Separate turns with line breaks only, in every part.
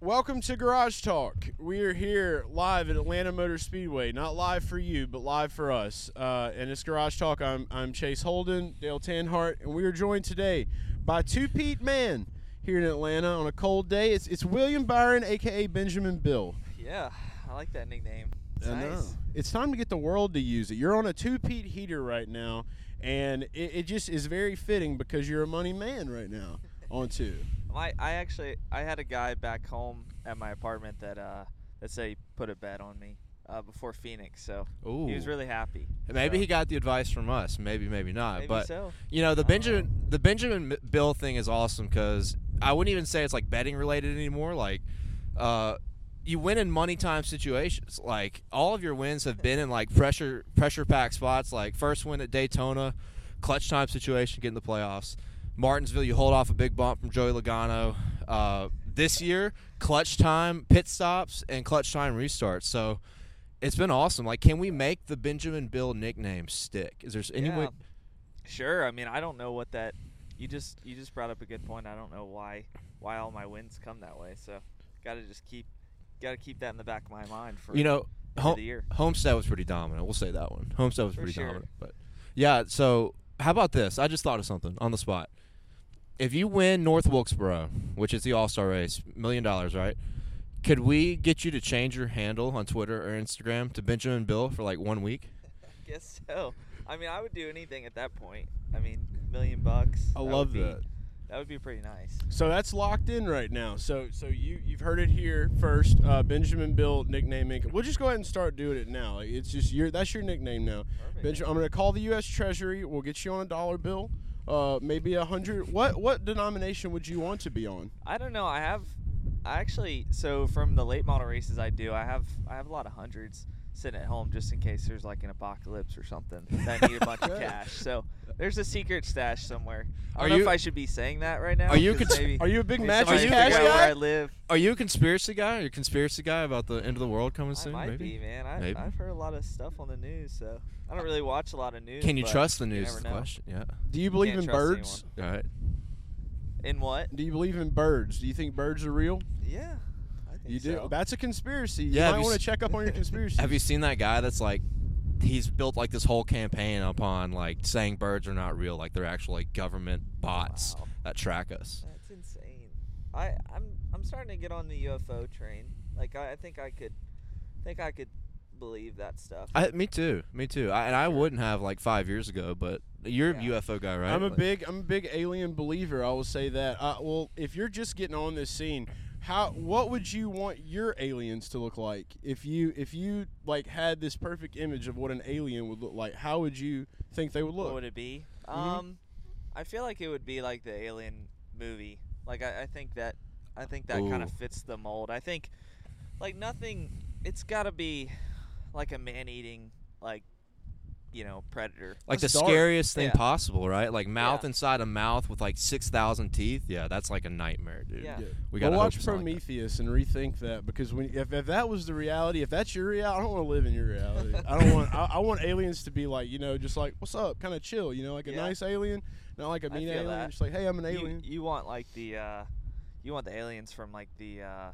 Welcome to Garage Talk. We are here live at Atlanta Motor Speedway. Not live for you, but live for us. Uh, and it's Garage Talk. I'm, I'm Chase Holden, Dale Tanhart, and we are joined today by Two Pete Man here in Atlanta on a cold day. It's, it's William Byron, aka Benjamin Bill.
Yeah, I like that nickname. It's
I
nice.
know. It's time to get the world to use it. You're on a two peat heater right now, and it, it just is very fitting because you're a money man right now on two.
My, I actually, I had a guy back home at my apartment that uh, that said he put a bet on me uh, before Phoenix, so
Ooh.
he was really happy.
maybe
so,
he got the advice from us. Maybe, maybe not.
Maybe
but
so.
you know, the
I don't
Benjamin the Benjamin M- Bill thing is awesome because I wouldn't even say it's like betting related anymore. Like, uh, you win in money time situations. Like all of your wins have been in like pressure pressure pack spots. Like first win at Daytona, clutch time situation, getting the playoffs. Martinsville, you hold off a big bump from Joey Logano. Uh, this year, clutch time pit stops and clutch time restarts. So it's been awesome. Like, can we make the Benjamin Bill nickname stick? Is there any way?
Yeah. Sure. I mean, I don't know what that. You just you just brought up a good point. I don't know why why all my wins come that way. So, got to just keep got to keep that in the back of my mind for
You know,
for
Hom-
the year.
Homestead was pretty dominant. We'll say that one. Homestead was
For
pretty
sure.
dominant. But yeah, so how about this? I just thought of something on the spot. If you win North Wilkesboro, which is the All Star race, million dollars, right? Could we get you to change your handle on Twitter or Instagram to Benjamin Bill for like one week?
guess so. I mean, I would do anything at that point. I mean, million bucks.
I
that would
love
be-
that.
That would be pretty nice.
So that's locked in right now. So so you you've heard it here first. Uh, Benjamin Bill nickname. Inc. We'll just go ahead and start doing it now. Like, It's just your that's your nickname now.
Perfect.
Benjamin, I'm gonna call the U.S. Treasury. We'll get you on a dollar bill, uh, maybe a hundred. What what denomination would you want to be on?
I don't know. I have, I actually so from the late model races I do, I have I have a lot of hundreds sitting at home just in case there's like an apocalypse or something that I need a bunch of
Okay.
cash. So there's a secret stash somewhere. I don't
Are
know if
you-
I should be saying that right now.
Are you
'cause
cons-
maybe-
Are you a big
maybe
match
somebody
cash
figure out Where I
guy?
live.
Are you a conspiracy guy? Are you a conspiracy guy about the end of the world coming
I
soon?
might
maybe.
be, man. I,
Maybe.
I've heard a lot of stuff on the news, so I don't really watch a lot of news.
Can you
but
trust the
you
news?
never
is the
know.
question. Yeah.
Do you believe in
trust
birds?
All right.
In what?
Do you believe in birds? Do you think birds are real?
Yeah, I think
You do.
so.
That's a conspiracy. You
Yeah, have
might
you
want to
s-
check up on your conspiracy.
Have you seen that guy that's like he's built like this whole campaign upon like saying birds are not real, like they're actually like, government bots
Wow.
that track us.
That's insane. I I'm I'm starting to get on the UFO train. Like I, I think I could, think I could believe that stuff.
I, me too, me too. I, and I wouldn't have like five years ago, but you're
Yeah.
a UFO guy, right?
I'm a
Like,
big I'm a big alien believer. I will say that. Uh, well, if you're just getting on this scene, how what would you want your aliens to look like if you if you like had this perfect image of what an alien would look like? How would you think they would
what
look?
would it be?
Mm-hmm.
Mhm.
Um, I feel like it would be like the Alien movie. Like I, I think that I think that kind
Ooh.
of fits the mold. I think like nothing. It's got to be like a man-eating like you know predator.
like the
That's dark.
scariest thing
Yeah.
possible, right? Like mouth
Yeah.
inside a mouth with like six thousand teeth. Yeah, that's like a nightmare, dude.
Yeah.
We
Well,
gotta hope
watch
it's not like that.
Prometheus and rethink that because when if, if that was the reality, if that's your reality, I don't want to live in your reality. I don't want I, I want aliens to be like you know just like what's up, kind of chill, you know, like a
Yeah.
nice alien, not like a
I
mean
feel
alien.
that.
Just like hey, I'm an
You,
alien.
you want like the uh, you want the aliens from like the uh,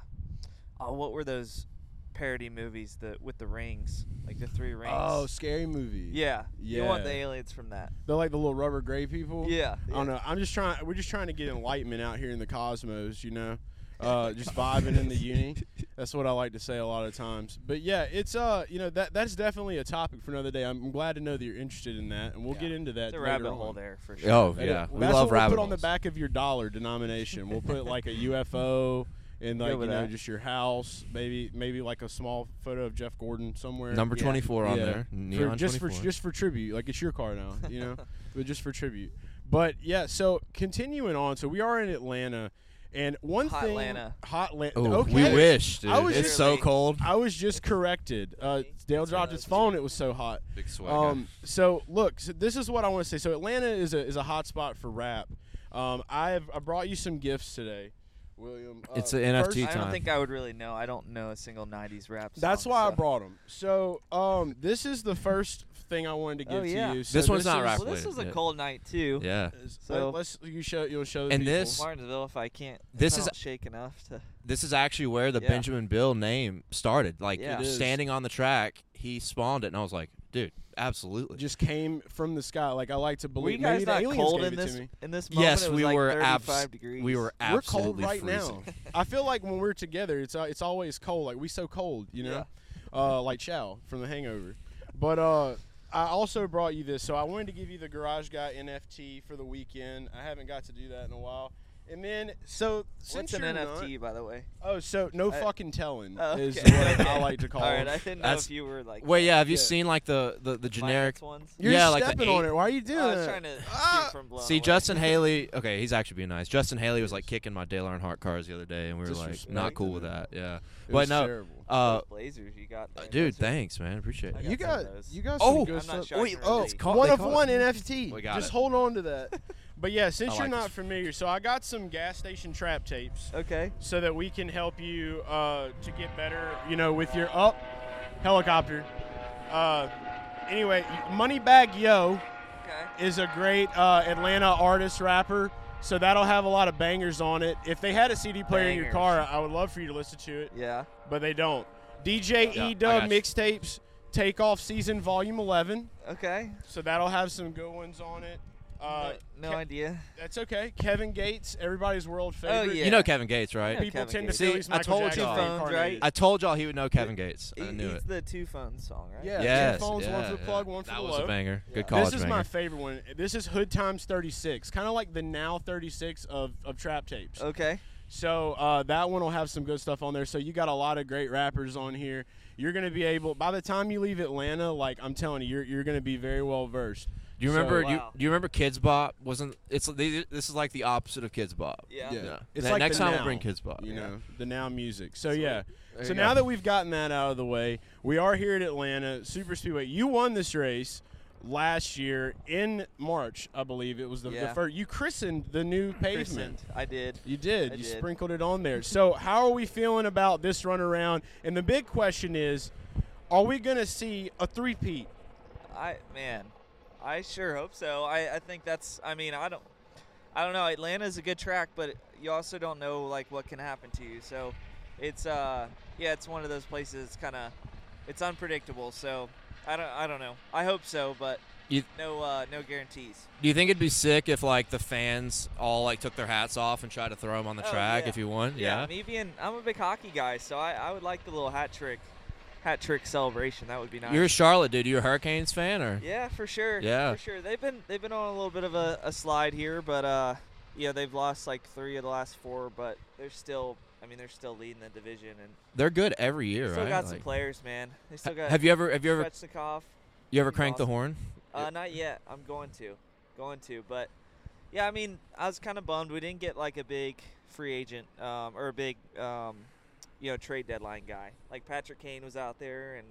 oh what were those parody movies the with the rings like the three rings
oh, scary movie.
yeah you want the
yeah.
aliens from that
They're like the little rubber gray people.
yeah
I don't know. I'm just trying. We're just trying to get enlightenment out here in the cosmos, you know. Uh, just vibing in the uni. That's what I like to say a lot of times. But yeah, it's uh, you know, that that's definitely a topic for another day. I'm glad to know that you're interested in that, and we'll
Yeah.
get into that.
it's a
later
rabbit
on.
hole there for sure
Oh
That is-
yeah, we
that's
love
what we'll
rabbit
put on the
holes.
back of your dollar denomination. We'll put like a UFO and
Good
like you know
with that.
just your house, maybe maybe like a small photo of Jeff Gordon somewhere.
Number
Yeah.
twenty four on
Yeah.
there.
For-
Neon
just
24.
for just for tribute. Like it's your car now, you know, but just for tribute. But yeah, so continuing on, so we are in Atlanta, and one
Hot
thing,
Atlanta.
hot Atlanta.
Ooh,
Okay,
Oh, we wish, dude.
I was
it's
just-
so cold.
I was just corrected. Uh, Dale dropped his phone. It was so hot.
Big sweat.
Um, so look, so this is what I want to say. So Atlanta is a is a hot spot for rap. Um, I've I brought you some gifts today. William. Uh,
It's a NFT
I
first-
don't
time.
think I would really know. I don't know a single '90s rap. Song,
That's why I
so-
brought him. So, um, this is the first thing I wanted to
Oh,
give
yeah.
to you. So
This one's not
is-
rap
Well, this
Wait,
was a
yeah.
cold night too.
Yeah.
is-
So-
let- let's you show you'll show the
And
people.
this-
Martinsville, if I can't, if
This
I
is-
don't shake enough to.
This is actually where the
Yeah.
Benjamin Bill name started. Like
Yeah. It
is.
standing on the track, he spawned it, and I was like, dude, absolutely.
just came from the sky. Like I like to
Were you
believe.
guys
Maybe the
not
aliens
cold
gave
in
it to
this
me.
in this moment?
yes,
it was
we
like
were
35
abs-
degrees.
we were
We're cold
absolutely
right
freezing.
now. I feel like when we're together, it's uh, it's always cold. Like we so cold, you know, uh, like Chow from The Hangover. But uh, I also brought you this, so I wanted to give you the Garage Guy NFT for the weekend. I haven't got to do that in a while. And then, so since
What's an
you're not-
NFT, by the way?
oh, so no
I-
fucking telling
Oh,
is
okay.
what I like to call.
All right,
them.
I didn't know
That's-
if you were like.
Wait, yeah, have you
Yeah.
seen like the the, the generic?
finance ones.
You're
Yeah, like the
stepping on
eight-
it. Why are you doing
Oh, I was
that?
trying to
Ah!
shoot from blown
See,
away.
Justin Haley. Okay, he's actually being nice. Justin Haley was like kicking my Dale Earnhardt cars the other day, and we were like, not
Disrespect.
cool with that. Yeah,
It
but
was
no,
terrible.
uh,
Those blazers you got, there,
dude,
those are-
thanks, man, appreciate
I
it.
You
got some
got
of those.
you got some
Oh!
good
I'm
stuff.
not sure.
Wait,
Oh,
It's called-
one
they
of
call it-
one NFT.
We got
Just
it.
hold on to that. But yeah, since
I
you're
like
not
this.
familiar, so I got some gas station trap tapes
Okay.
so that we can help you uh, to get better, you know, with your up helicopter. Uh, anyway, Moneybag Yo
Okay.
is a great uh, Atlanta artist rapper, so that'll have a lot of bangers on it. If they had a CD player in your
Bangers.
car, I would love for you to listen to it
Yeah.
but they don't. DJ
Yeah, I
E Dub
got you.
mixtapes, Take Off Season Volume 11.
Okay.
So that'll have some good ones on it. Uh,
no no
Ke-
idea.
That's okay. Kevin Gates, everybody's world
Oh,
favorite.
yeah.
You know Kevin Gates,
Yeah,
right?
People
Kevin
tend
Gates.
to feel
See,
he's
I
Michael
told
Jackson
y'all.
Phones,
reincarnated.
I told y'all he would know Kevin Gates. I
He-
knew
he's
it.
the two phone song, right?
Yeah.
Yes.
Two phones, one
yeah,
for the
yeah.
plug, one for
That
the
was
low.
a banger.
Yeah.
Good college
this is
banger.
my favorite one. This is Hood Times 36, kind of like the now 36 of, of trap tapes.
Okay.
So uh, that one will have some good stuff on there. So you got a lot of great rappers on here. You're going to be able, by the time you leave Atlanta, like I'm telling you, you're, you're going to be very well versed.
do you remember?
So-
you,
Wow.
do you remember Kids Bop? Wasn't it's they, this is like the opposite of Kids Bop.
Yeah.
Yeah. It's
Ne-
like
next
the
time
now,
we'll bring Kids Bop.
you
Yeah.
know the now music. So yeah.
There
So
you
now
go.
that we've gotten that out of the way, we are here at Atlanta Super Speedway. You won this race last year in March, I believe it was the,
Yeah.
the first. You christened the new pavement.
Christened. I did.
You did.
I
you
did.
sprinkled it on there. So how are we feeling about this run around? And the big question is, are we going to see a three-peat?
I man, I sure hope so. I, I think that's. I mean, I don't. I don't know. Atlanta's a good track, but you also don't know like what can happen to you. So, it's uh yeah, it's one of those places. Kind of, it's unpredictable. So I don't I don't know. I hope so, but
You-
no uh, no guarantees.
Do you think it'd be sick if like the fans all like took their hats off and tried to throw them on the
Oh,
track
yeah.
if you won? Yeah.
me being I'm a big hockey guy, so I, I would like the little hat trick, hat trick celebration. That would be nice.
You're a Charlotte dude. You a Hurricanes fan or?
Yeah, for sure.
Yeah.
for sure. They've been they've been on a little bit of a, a slide here, but uh, yeah, they've lost like three of the last four, but they're still. I mean, they're still leading the division, and
They're good every year,
still
right?
got some
Like,
players, man. They still
ha-
got.
have you ever have you ever
Svechnikov.
you ever
he's
cranked
awesome.
the horn?
Uh, not yet. I'm going to, going to. But yeah, I mean, I was kind of bummed we didn't get like a big free agent um, or a big, um, you know, trade deadline guy. Like Patrick Kane was out there and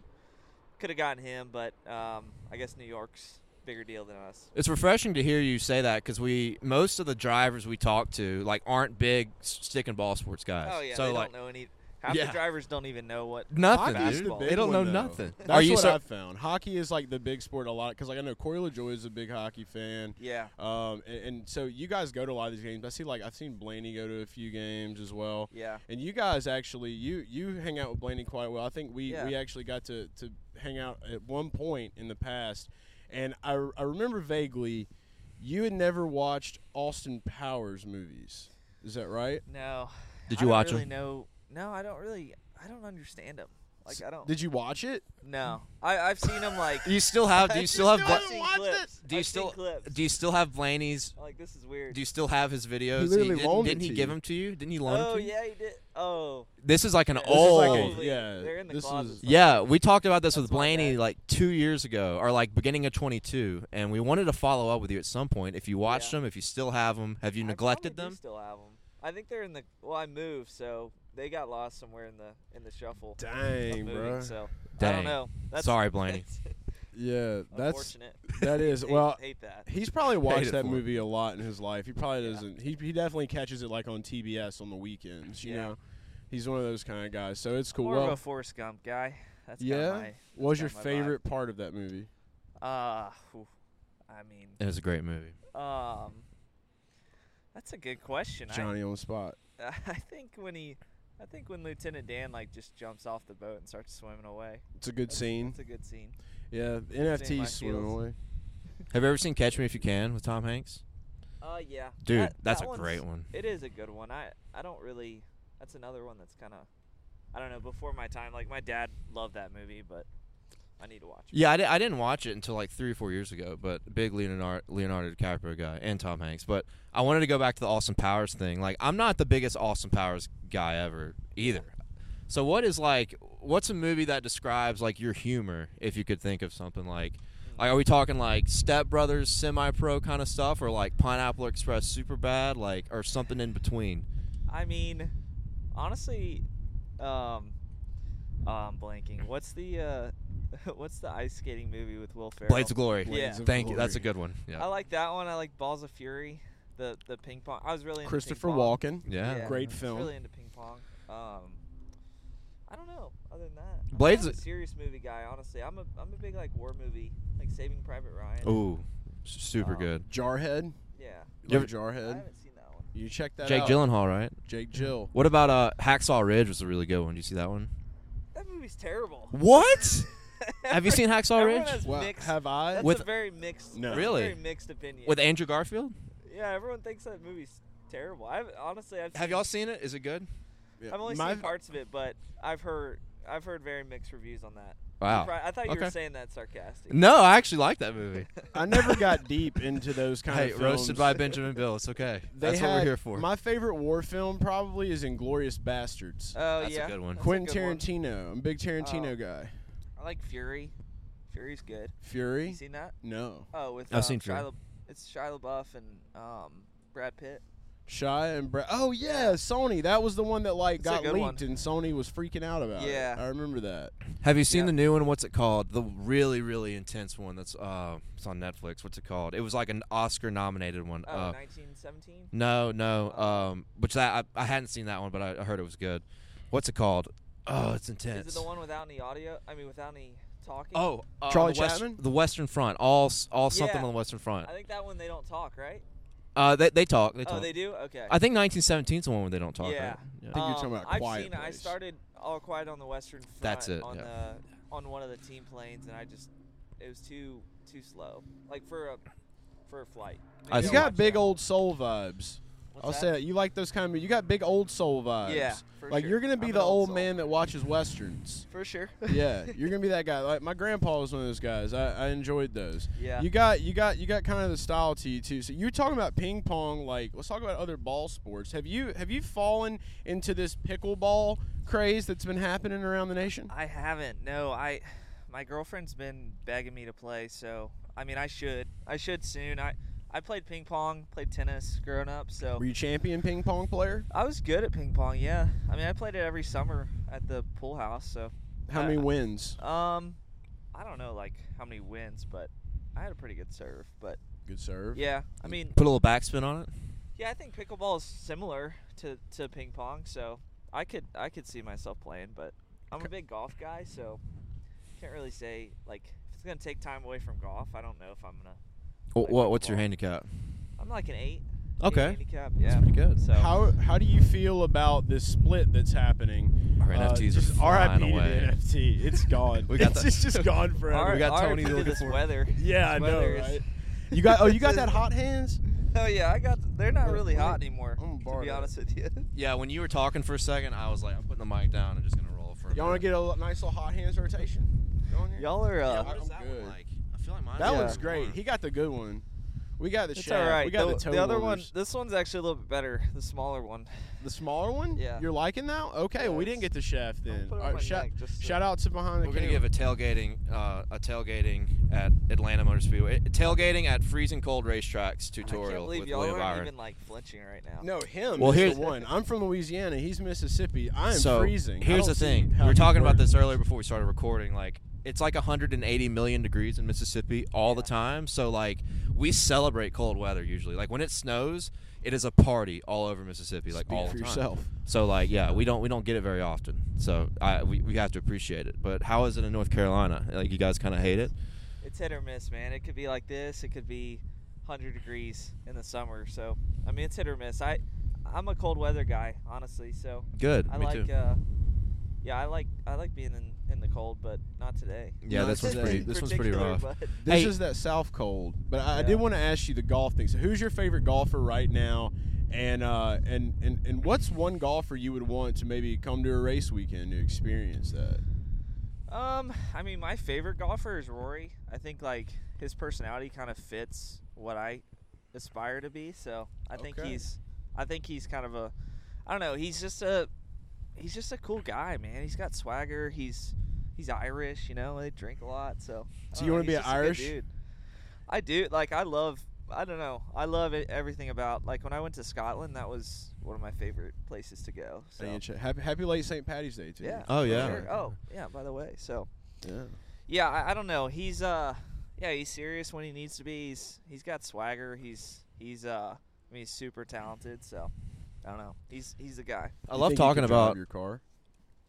could have gotten him, but um, I guess New York's bigger deal than us.
It's refreshing to hear you say that because we most of the drivers we talk to like aren't big s- stick and ball sports guys.
Oh yeah,
so
they
like
don't know any. Half
Yeah.
the drivers don't even know what.
nothing.
Hockey's
dude.
the big
they don't
one,
know
though.
nothing.
That's
Are you
what
so-
I've found. Hockey is like the big sport a lot because, like, I know Corey LaJoy is a big hockey fan.
Yeah,
Um, and, and so you guys go to a lot of these games. I see like I've seen Blaney go to a few games as well.
yeah.
And you guys actually you you hang out with Blaney quite well. I think we
Yeah.
we actually got to to hang out at one point in the past, and I I remember vaguely, you had never watched Austin Powers movies. Is that right?
No.
Did
I
you
don't
watch
really
'em?
No, no, I don't really. I don't understand them. Like I don't.
Did you watch it?
no, I I've seen them like.
Do you still have? Do you still have?
still
Bla-
I've seen
watch
clips.
this.
do you
I've seen
still?
clips.
Do you still have Blaney's?
I'm like this is weird.
Do you still have his videos?
literally
didn't,
loaned it
didn't he
to
give
you.
them to you? Didn't he loan
oh
them to you?
yeah, he did. Oh,
This is like an
This is
old.
like a-
This is like a, yeah.
They're in the
this
closet
is-
somewhere.
Yeah, we talked about this with
That's my
Blaney
bad.
like two years ago, or like beginning of 22, and we wanted to follow up with you at some point. If you watched
Yeah.
them, if you still have them, have you
I
neglected
probably do
them?
still have 'em. I think they're in the. Well, I moved, so they got lost somewhere in the in the shuffle. of
Dang,
moving,
bro.
So I
Dang.
don't know. That's,
Sorry, Blaney.
that's-
Yeah, that's
Unfortunate.
that is
Hate-
well.
hate that.
He's probably watched
it
that
for him.
movie a lot in his life. He probably
Yeah.
doesn't. He he definitely catches it like on TBS on the weekends. You
Yeah.
know, he's one of those kind of guys. So it's cool.
More of
well,
a Forrest Gump guy. That's
Yeah?
Kind
what was your
kinda my vibe.
favorite part of that movie?
of my, uh, whew. I mean,
It was a great movie.
um, that's a good question. I-
Johnny on the spot.
I think when he, I think when Lieutenant Dan like just jumps off the boat and starts swimming away.
It's a good
That's,
scene.
That's a good scene.
Yeah,
my
NFTs swimming
feels.
away.
Have you ever seen Catch Me If You Can with Tom Hanks?
Uh, yeah.
Dude,
That-
that's
that
a
one's-
great one.
It is a good one. I I don't really. That's another one that's kind of, I don't know, before my time. Like my dad loved that movie, but I need to watch it.
Yeah, I, di- I didn't watch it until like three or four years ago, but big Leonardo, Leonardo DiCaprio guy and Tom Hanks. But I wanted to go back to the Austin Powers thing. Like, I'm not the biggest Austin Powers guy ever either. So, what is like, what's a movie that describes like your humor, if you could think of something like, like are we talking like Step Brothers semi pro kind of stuff or like Pineapple Express super bad, like, or something in between?
I mean, honestly, um, oh, I'm blanking. What's the uh, what's the ice skating movie with Will Ferrell?
Blades of Glory.
Blades
of
Thank you. That's a
Glory.
good one. Yeah.
I like that one. I like Balls of Fury, the the ping pong. I was really into
Christopher
ping pong.
Walken.
yeah.
Yeah,
Great
I was
film.
Really into ping pong. Um, I don't know. Other than that, I'm
Blades
kind of
of-
a serious movie guy. Honestly, I'm a I'm a big like war movie, like Saving Private Ryan.
Ooh, s- super
Um,
good.
Jarhead.
Yeah,
You
You
love
ever-
I
Jarhead.
haven't seen that one.
You check that
Jake
out.
Gyllenhaal, right?
Jake Jill.
What about uh Hacksaw Ridge was a really good one. Did you see that one?
That movie's terrible.
What? Have you seen Hacksaw
Everyone
Ridge?
has
Well,
mixed-
have I?
That's
With-
a very mixed.
No.
that's a
Really?
very mixed opinion.
With Andrew Garfield?
yeah, everyone thinks that movie's terrible. I have honestly, I've
Have
seen-
y'all seen it? Is it good?
Yeah.
I've only
My-
seen parts of it, but I've heard I've heard very mixed reviews on that.
Wow.
Surpri- I thought you were
Okay.
saying that sarcastic.
No, I actually like that movie.
I never got deep into those kind
hey,
of films.
roasted by Benjamin Bill. It's okay.
They
That's what we're
had-
here for.
My favorite war film probably is Inglorious Bastards.
Oh
That's a
yeah.
good one.
that's a
Quentin
good one.
Tarantino. I'm a big Tarantino
Oh.
guy.
I like Fury. Fury's good.
Fury?
You seen that?
No.
Oh, with
I've
um,
seen Fury.
Shia La- it's Shia LaBeouf and um, Brad Pitt.
Shia and Brad. Oh yeah, Sony. That was the one that like
That's
got
a good
leaked
one.
and Sony was freaking out about it.
Yeah.
I remember that.
Have you seen
Yeah.
the new one? What's it called? The really, really intense one that's uh it's on Netflix. What's it called? It was like an Oscar nominated one.
Oh,
uh,
1917.
No, no.
Oh.
Um, which that I, I hadn't seen that one, but I, I heard it was good. What's it called? Oh, it's intense.
Is it the one without any audio? I mean, without any talking.
Oh, uh,
Charlie
the West-
Chaplin?
the Western Front. All, s- all something
Yeah.
on the Western Front.
I think that one they don't talk, right?
Uh, they, they talk. uh, They
oh,
talk.
they do. Okay.
I think 1917 is the one where they don't talk.
Yeah.
Right?
I think you're talking
Um,
about
I've
Quiet
seen. I
Place.
started All Quiet on the Western Front.
That's it,
On
yeah.
the on one of the team planes, and I just it was too too slow. Like for a for a flight. Maybe
I
I'll
see.
You
don't
got
watch
big
that.
old soul vibes.
What's
I'll
that?
say that. You like those kind of. You got big old soul vibes.
Yeah, for
Like
sure.
you're gonna
I'm
be
an
the
old
old
soul.
man that watches westerns.
for sure.
yeah, you're gonna be that guy. Like my grandpa was one of those guys. I, I enjoyed those.
Yeah.
You got you got you got kind of the style to you too. So you're talking about ping pong. Like let's talk about other ball sports. Have you have you fallen into this pickleball craze that's been happening around the nation?
I haven't. No, I my girlfriend's been begging me to play, so I mean I should. I should soon. I I played ping pong, played tennis growing up, so
Were you champion ping pong player?
I was good at ping pong, yeah. I mean I played it every summer at the pool house, so
How
Uh,
many wins?
um I don't know like how many wins, but I had a pretty good serve, but
Good serve.
yeah. I mean,
Put a little backspin on it.
yeah, I think pickleball is similar to to ping pong, so I could I could see myself playing, but I'm a big golf guy, so can't really say like if it's gonna take time away from golf. I don't know if I'm gonna.
What,
Like
what's your
pickleball.
handicap?
I'm like an eight. eight
Okay.
handicap, yeah.
pretty good.
So
How how do you feel about this split that's happening? Uh,
Our
uh,
NFTs are
just
flying
RIP to the
away.
NFT. It's gone.
We got
it's,
the-
it's just gone
R-
forever.
We got
RIP
Tony
to
looking
this
for-
weather.
yeah, I
This
know,
weather is-
right? You got oh you got that hot hands.
Oh yeah, I got. They're not really hot anymore.
I'm gonna
to
borrow
be
that.
honest with you.
Yeah, when you were talking for a second, I was like, I'm putting the mic down and just gonna roll for. A
Y'all want to get a l- nice little hot hands rotation? Going here?
Y'all are. Uh,
Yeah, what is I'm that
that
one good.
like?
like?
I feel like mine.
that
Yeah.
one's great. He got the good one. We got the
it's
shaft.
all right.
We got the,
the,
toe
the other one.
warmers.
This one's actually a little bit better. The smaller one.
the smaller one.
Yeah.
You're liking now? Okay,
Yeah,
we didn't get
it's-
the shaft
I'll
then.
put it on
All
my
right, shout,
neck just so-
shout out to behind the
We're gonna
camera.
give a tailgating, uh, a tailgating at Atlanta Motor Speedway, tailgating at freezing cold racetracks
I can't
tutorial
believe
with
y'all
William
aren't
Byron.
even like flinching right now.
No, him.
Well,
Well, here's
here's-
the one. I'm from Louisiana. He's Mississippi. I am
so
freezing. I
here's
don't
the
see
thing:
how
we were
you
talking about
work.
this earlier before we started recording. Like, it's like 180 million degrees in Mississippi all the time. So like we celebrate cold weather usually. Like when it snows, it is a party all over Mississippi. Like
Speak
all
for
the time.
yourself.
So like yeah, we don't we don't get it very often. So I we, we have to appreciate it. But how is it in North Carolina? Like you guys kind of hate it.
It's hit or miss, man. It could be like this. It could be 100 degrees in the summer. So I mean, it's hit or miss. I I'm a cold weather guy, honestly. So
Good.
I
me
like
too.
uh yeah, I like I like being in, in the cold, but not today.
yeah,
No,
this
it's
one's pretty.
a-
This one's pretty
Particular,
rough.
but-
This
Hey.
is that South cold, but I, I
Yeah.
did want to ask you the golf thing. So, who's your favorite golfer right now, and uh, and and and what's one golfer you would want to maybe come to a race weekend to experience that?
Um, I mean, my favorite golfer is Rory. I think like his personality kind of fits what I aspire to be. So I think
Okay.
he's, I think he's kind of a, I don't know. He's just a, he's just a cool guy, man. He's got swagger. He's, he's Irish. You know, they drink a lot. So. I
So
don't
you
know,
wanna be
he's
an
just a good
Irish?
dude. I do. Like I love. I don't know. I love it, everything about. Like when I went to Scotland, that was one of my favorite places to go. So.
Hey, it's- happy, happy late St. Patty's Day to you.
Yeah.
Oh,
for
yeah.
sure. Oh yeah. By the way, so.
Yeah.
Yeah, I, I don't know. He's uh, yeah, he's serious when he needs to be. He's he's got swagger. He's he's uh, I mean, he's super talented. So I don't know. He's he's the guy.
I
You
love
think he could
talking
drive
about
your car.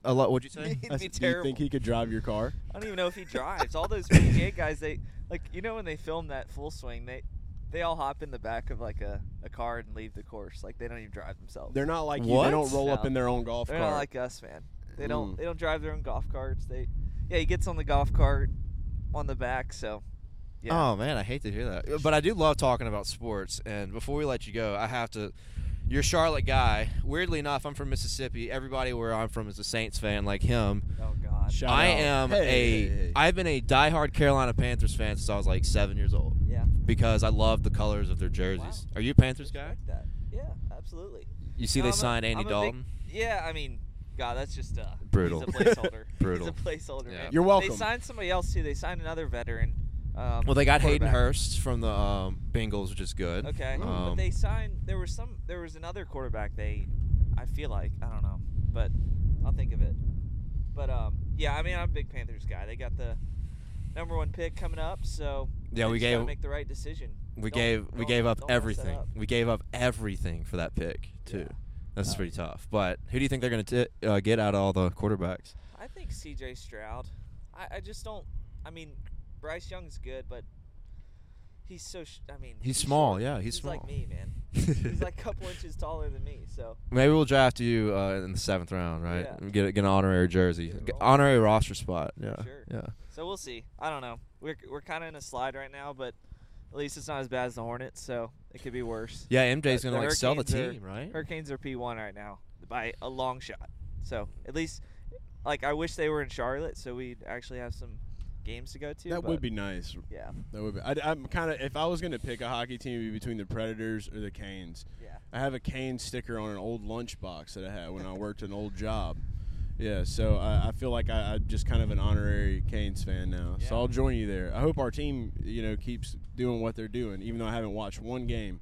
a lot. What'd you say?
It'd
I
be
s- do you
terrible.
think he could drive your car?
I don't even know if he drives. All those PGA guys, they like you know when they film that full swing, they they all hop in the back of like a, a car and leave the course. Like they don't even drive themselves.
They're not like you.
What?
They don't roll up
No.
in their own golf
They're
cart.
not like us, man. They don't
Mm.
they don't drive their own golf carts. They yeah, he gets on the golf cart on the back. So yeah.
Oh man, I hate to hear that. But I do love talking about sports. And before we let you go, I have to. You're a Charlotte guy. Weirdly enough, I'm from Mississippi. Everybody where I'm from is a Saints fan, like him.
oh God.
Shout
I
out.
am
Hey,
a.
hey, hey.
have been a diehard Carolina Panthers fan since I was like seven years old
Yeah.
because I love the colors of their jerseys. Are you a Panthers guy?
Respect that. Yeah, absolutely.
You see,
No,
they
I'm a-
signed Andy
I'm a big-
Dalton.
Yeah, I mean, God, that's just uh,
Brutal.
He's a placeholder.
Brutal.
He's a placeholder.
Yeah.
Man.
You're welcome.
They signed somebody else too. They signed another veteran. Um,
well, they got Hayden
quarterback.
Hurst from the um, Bengals, which is good.
Okay,
Um,
but they signed. There was some. There was another quarterback. They, I feel like I don't know, but I'll think of it. But um, yeah, I mean, I'm a big Panthers guy. They got the number one pick coming up, so
Yeah,
they
we
just gotta
gave-
make the right decision.
we
Don't-
gave we
don't-
gave up
don't mess that
everything.
up.
We gave up everything for that pick too.
Yeah.
That's pretty tough. But who do you think they're going to uh, get out of all the quarterbacks?
I think CJ Stroud. I, I just don't. I mean, Bryce Young's good, but he's so. Sh- I mean,
He's small,
short.
yeah, he's
like
small.
me, man. He's like a couple inches taller than me. So
Maybe we'll draft you uh, in the seventh round, right?
Yeah.
Get get an honorary jersey,
Get
Get
rolling.
honorary roster spot. Yeah,
Sure.
yeah.
so we'll see. I don't know. We're we're kind of in a slide right now, but at least it's not as bad as the Hornets, so it could be worse.
Yeah, MJ's
The
gonna like sell the
Hurricanes
team, right?
Hurricanes are P1 right now by a long shot. So at least, like, I wish they were in Charlotte, so we'd actually have some games to go to.
that
but,
would be nice.
Yeah.
That would be. I, am kind of. If I was going to pick a hockey team, it'd be between the Predators or the Canes.
Yeah.
I have a cane sticker on an old lunchbox that I had when I worked an old job. Yeah, so I, I feel like I, I'm just kind of an honorary Canes fan now.
Yeah.
So I'll join you there. I hope our team, you know, keeps doing what they're doing. Even though I haven't watched one game,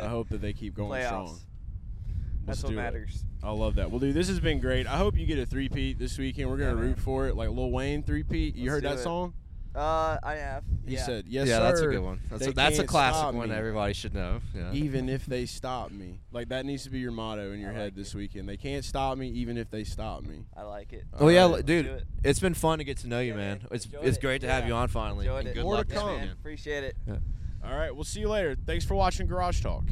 I hope that they keep going
Playoffs.
strong.
That's
Let's
what
do it.
matters.
I love that. Well, dude, this has been great. I hope you get a three-peat this weekend. We're going
Yeah,
to
man.
root for it. Like Lil Wayne three-peat. You
Let's
heard
do
that
it.
song?
Uh, I have.
He
yeah.
said, yes,
yeah,
sir.
that's a good one. That's
They
a, that's a
can't
classic
stop
one.
me."
Everybody should know. Yeah.
even if they stop me. Like that needs to be your motto in your
I
head
like
this
it.
weekend. They can't stop me even if they stop me.
I like it.
well, Oh,
Alright,
yeah, l-
let's
dude,
do it.
it's been fun to get to know you,
Yeah,
man.
man.
It's
Enjoyed
it's
it.
great to have
Yeah.
you on finally.
Enjoyed
and
it.
Good
More to
luck this
come.
weekend.
Appreciate it.
All right, we'll see you later. Thanks for watching Garage Talk.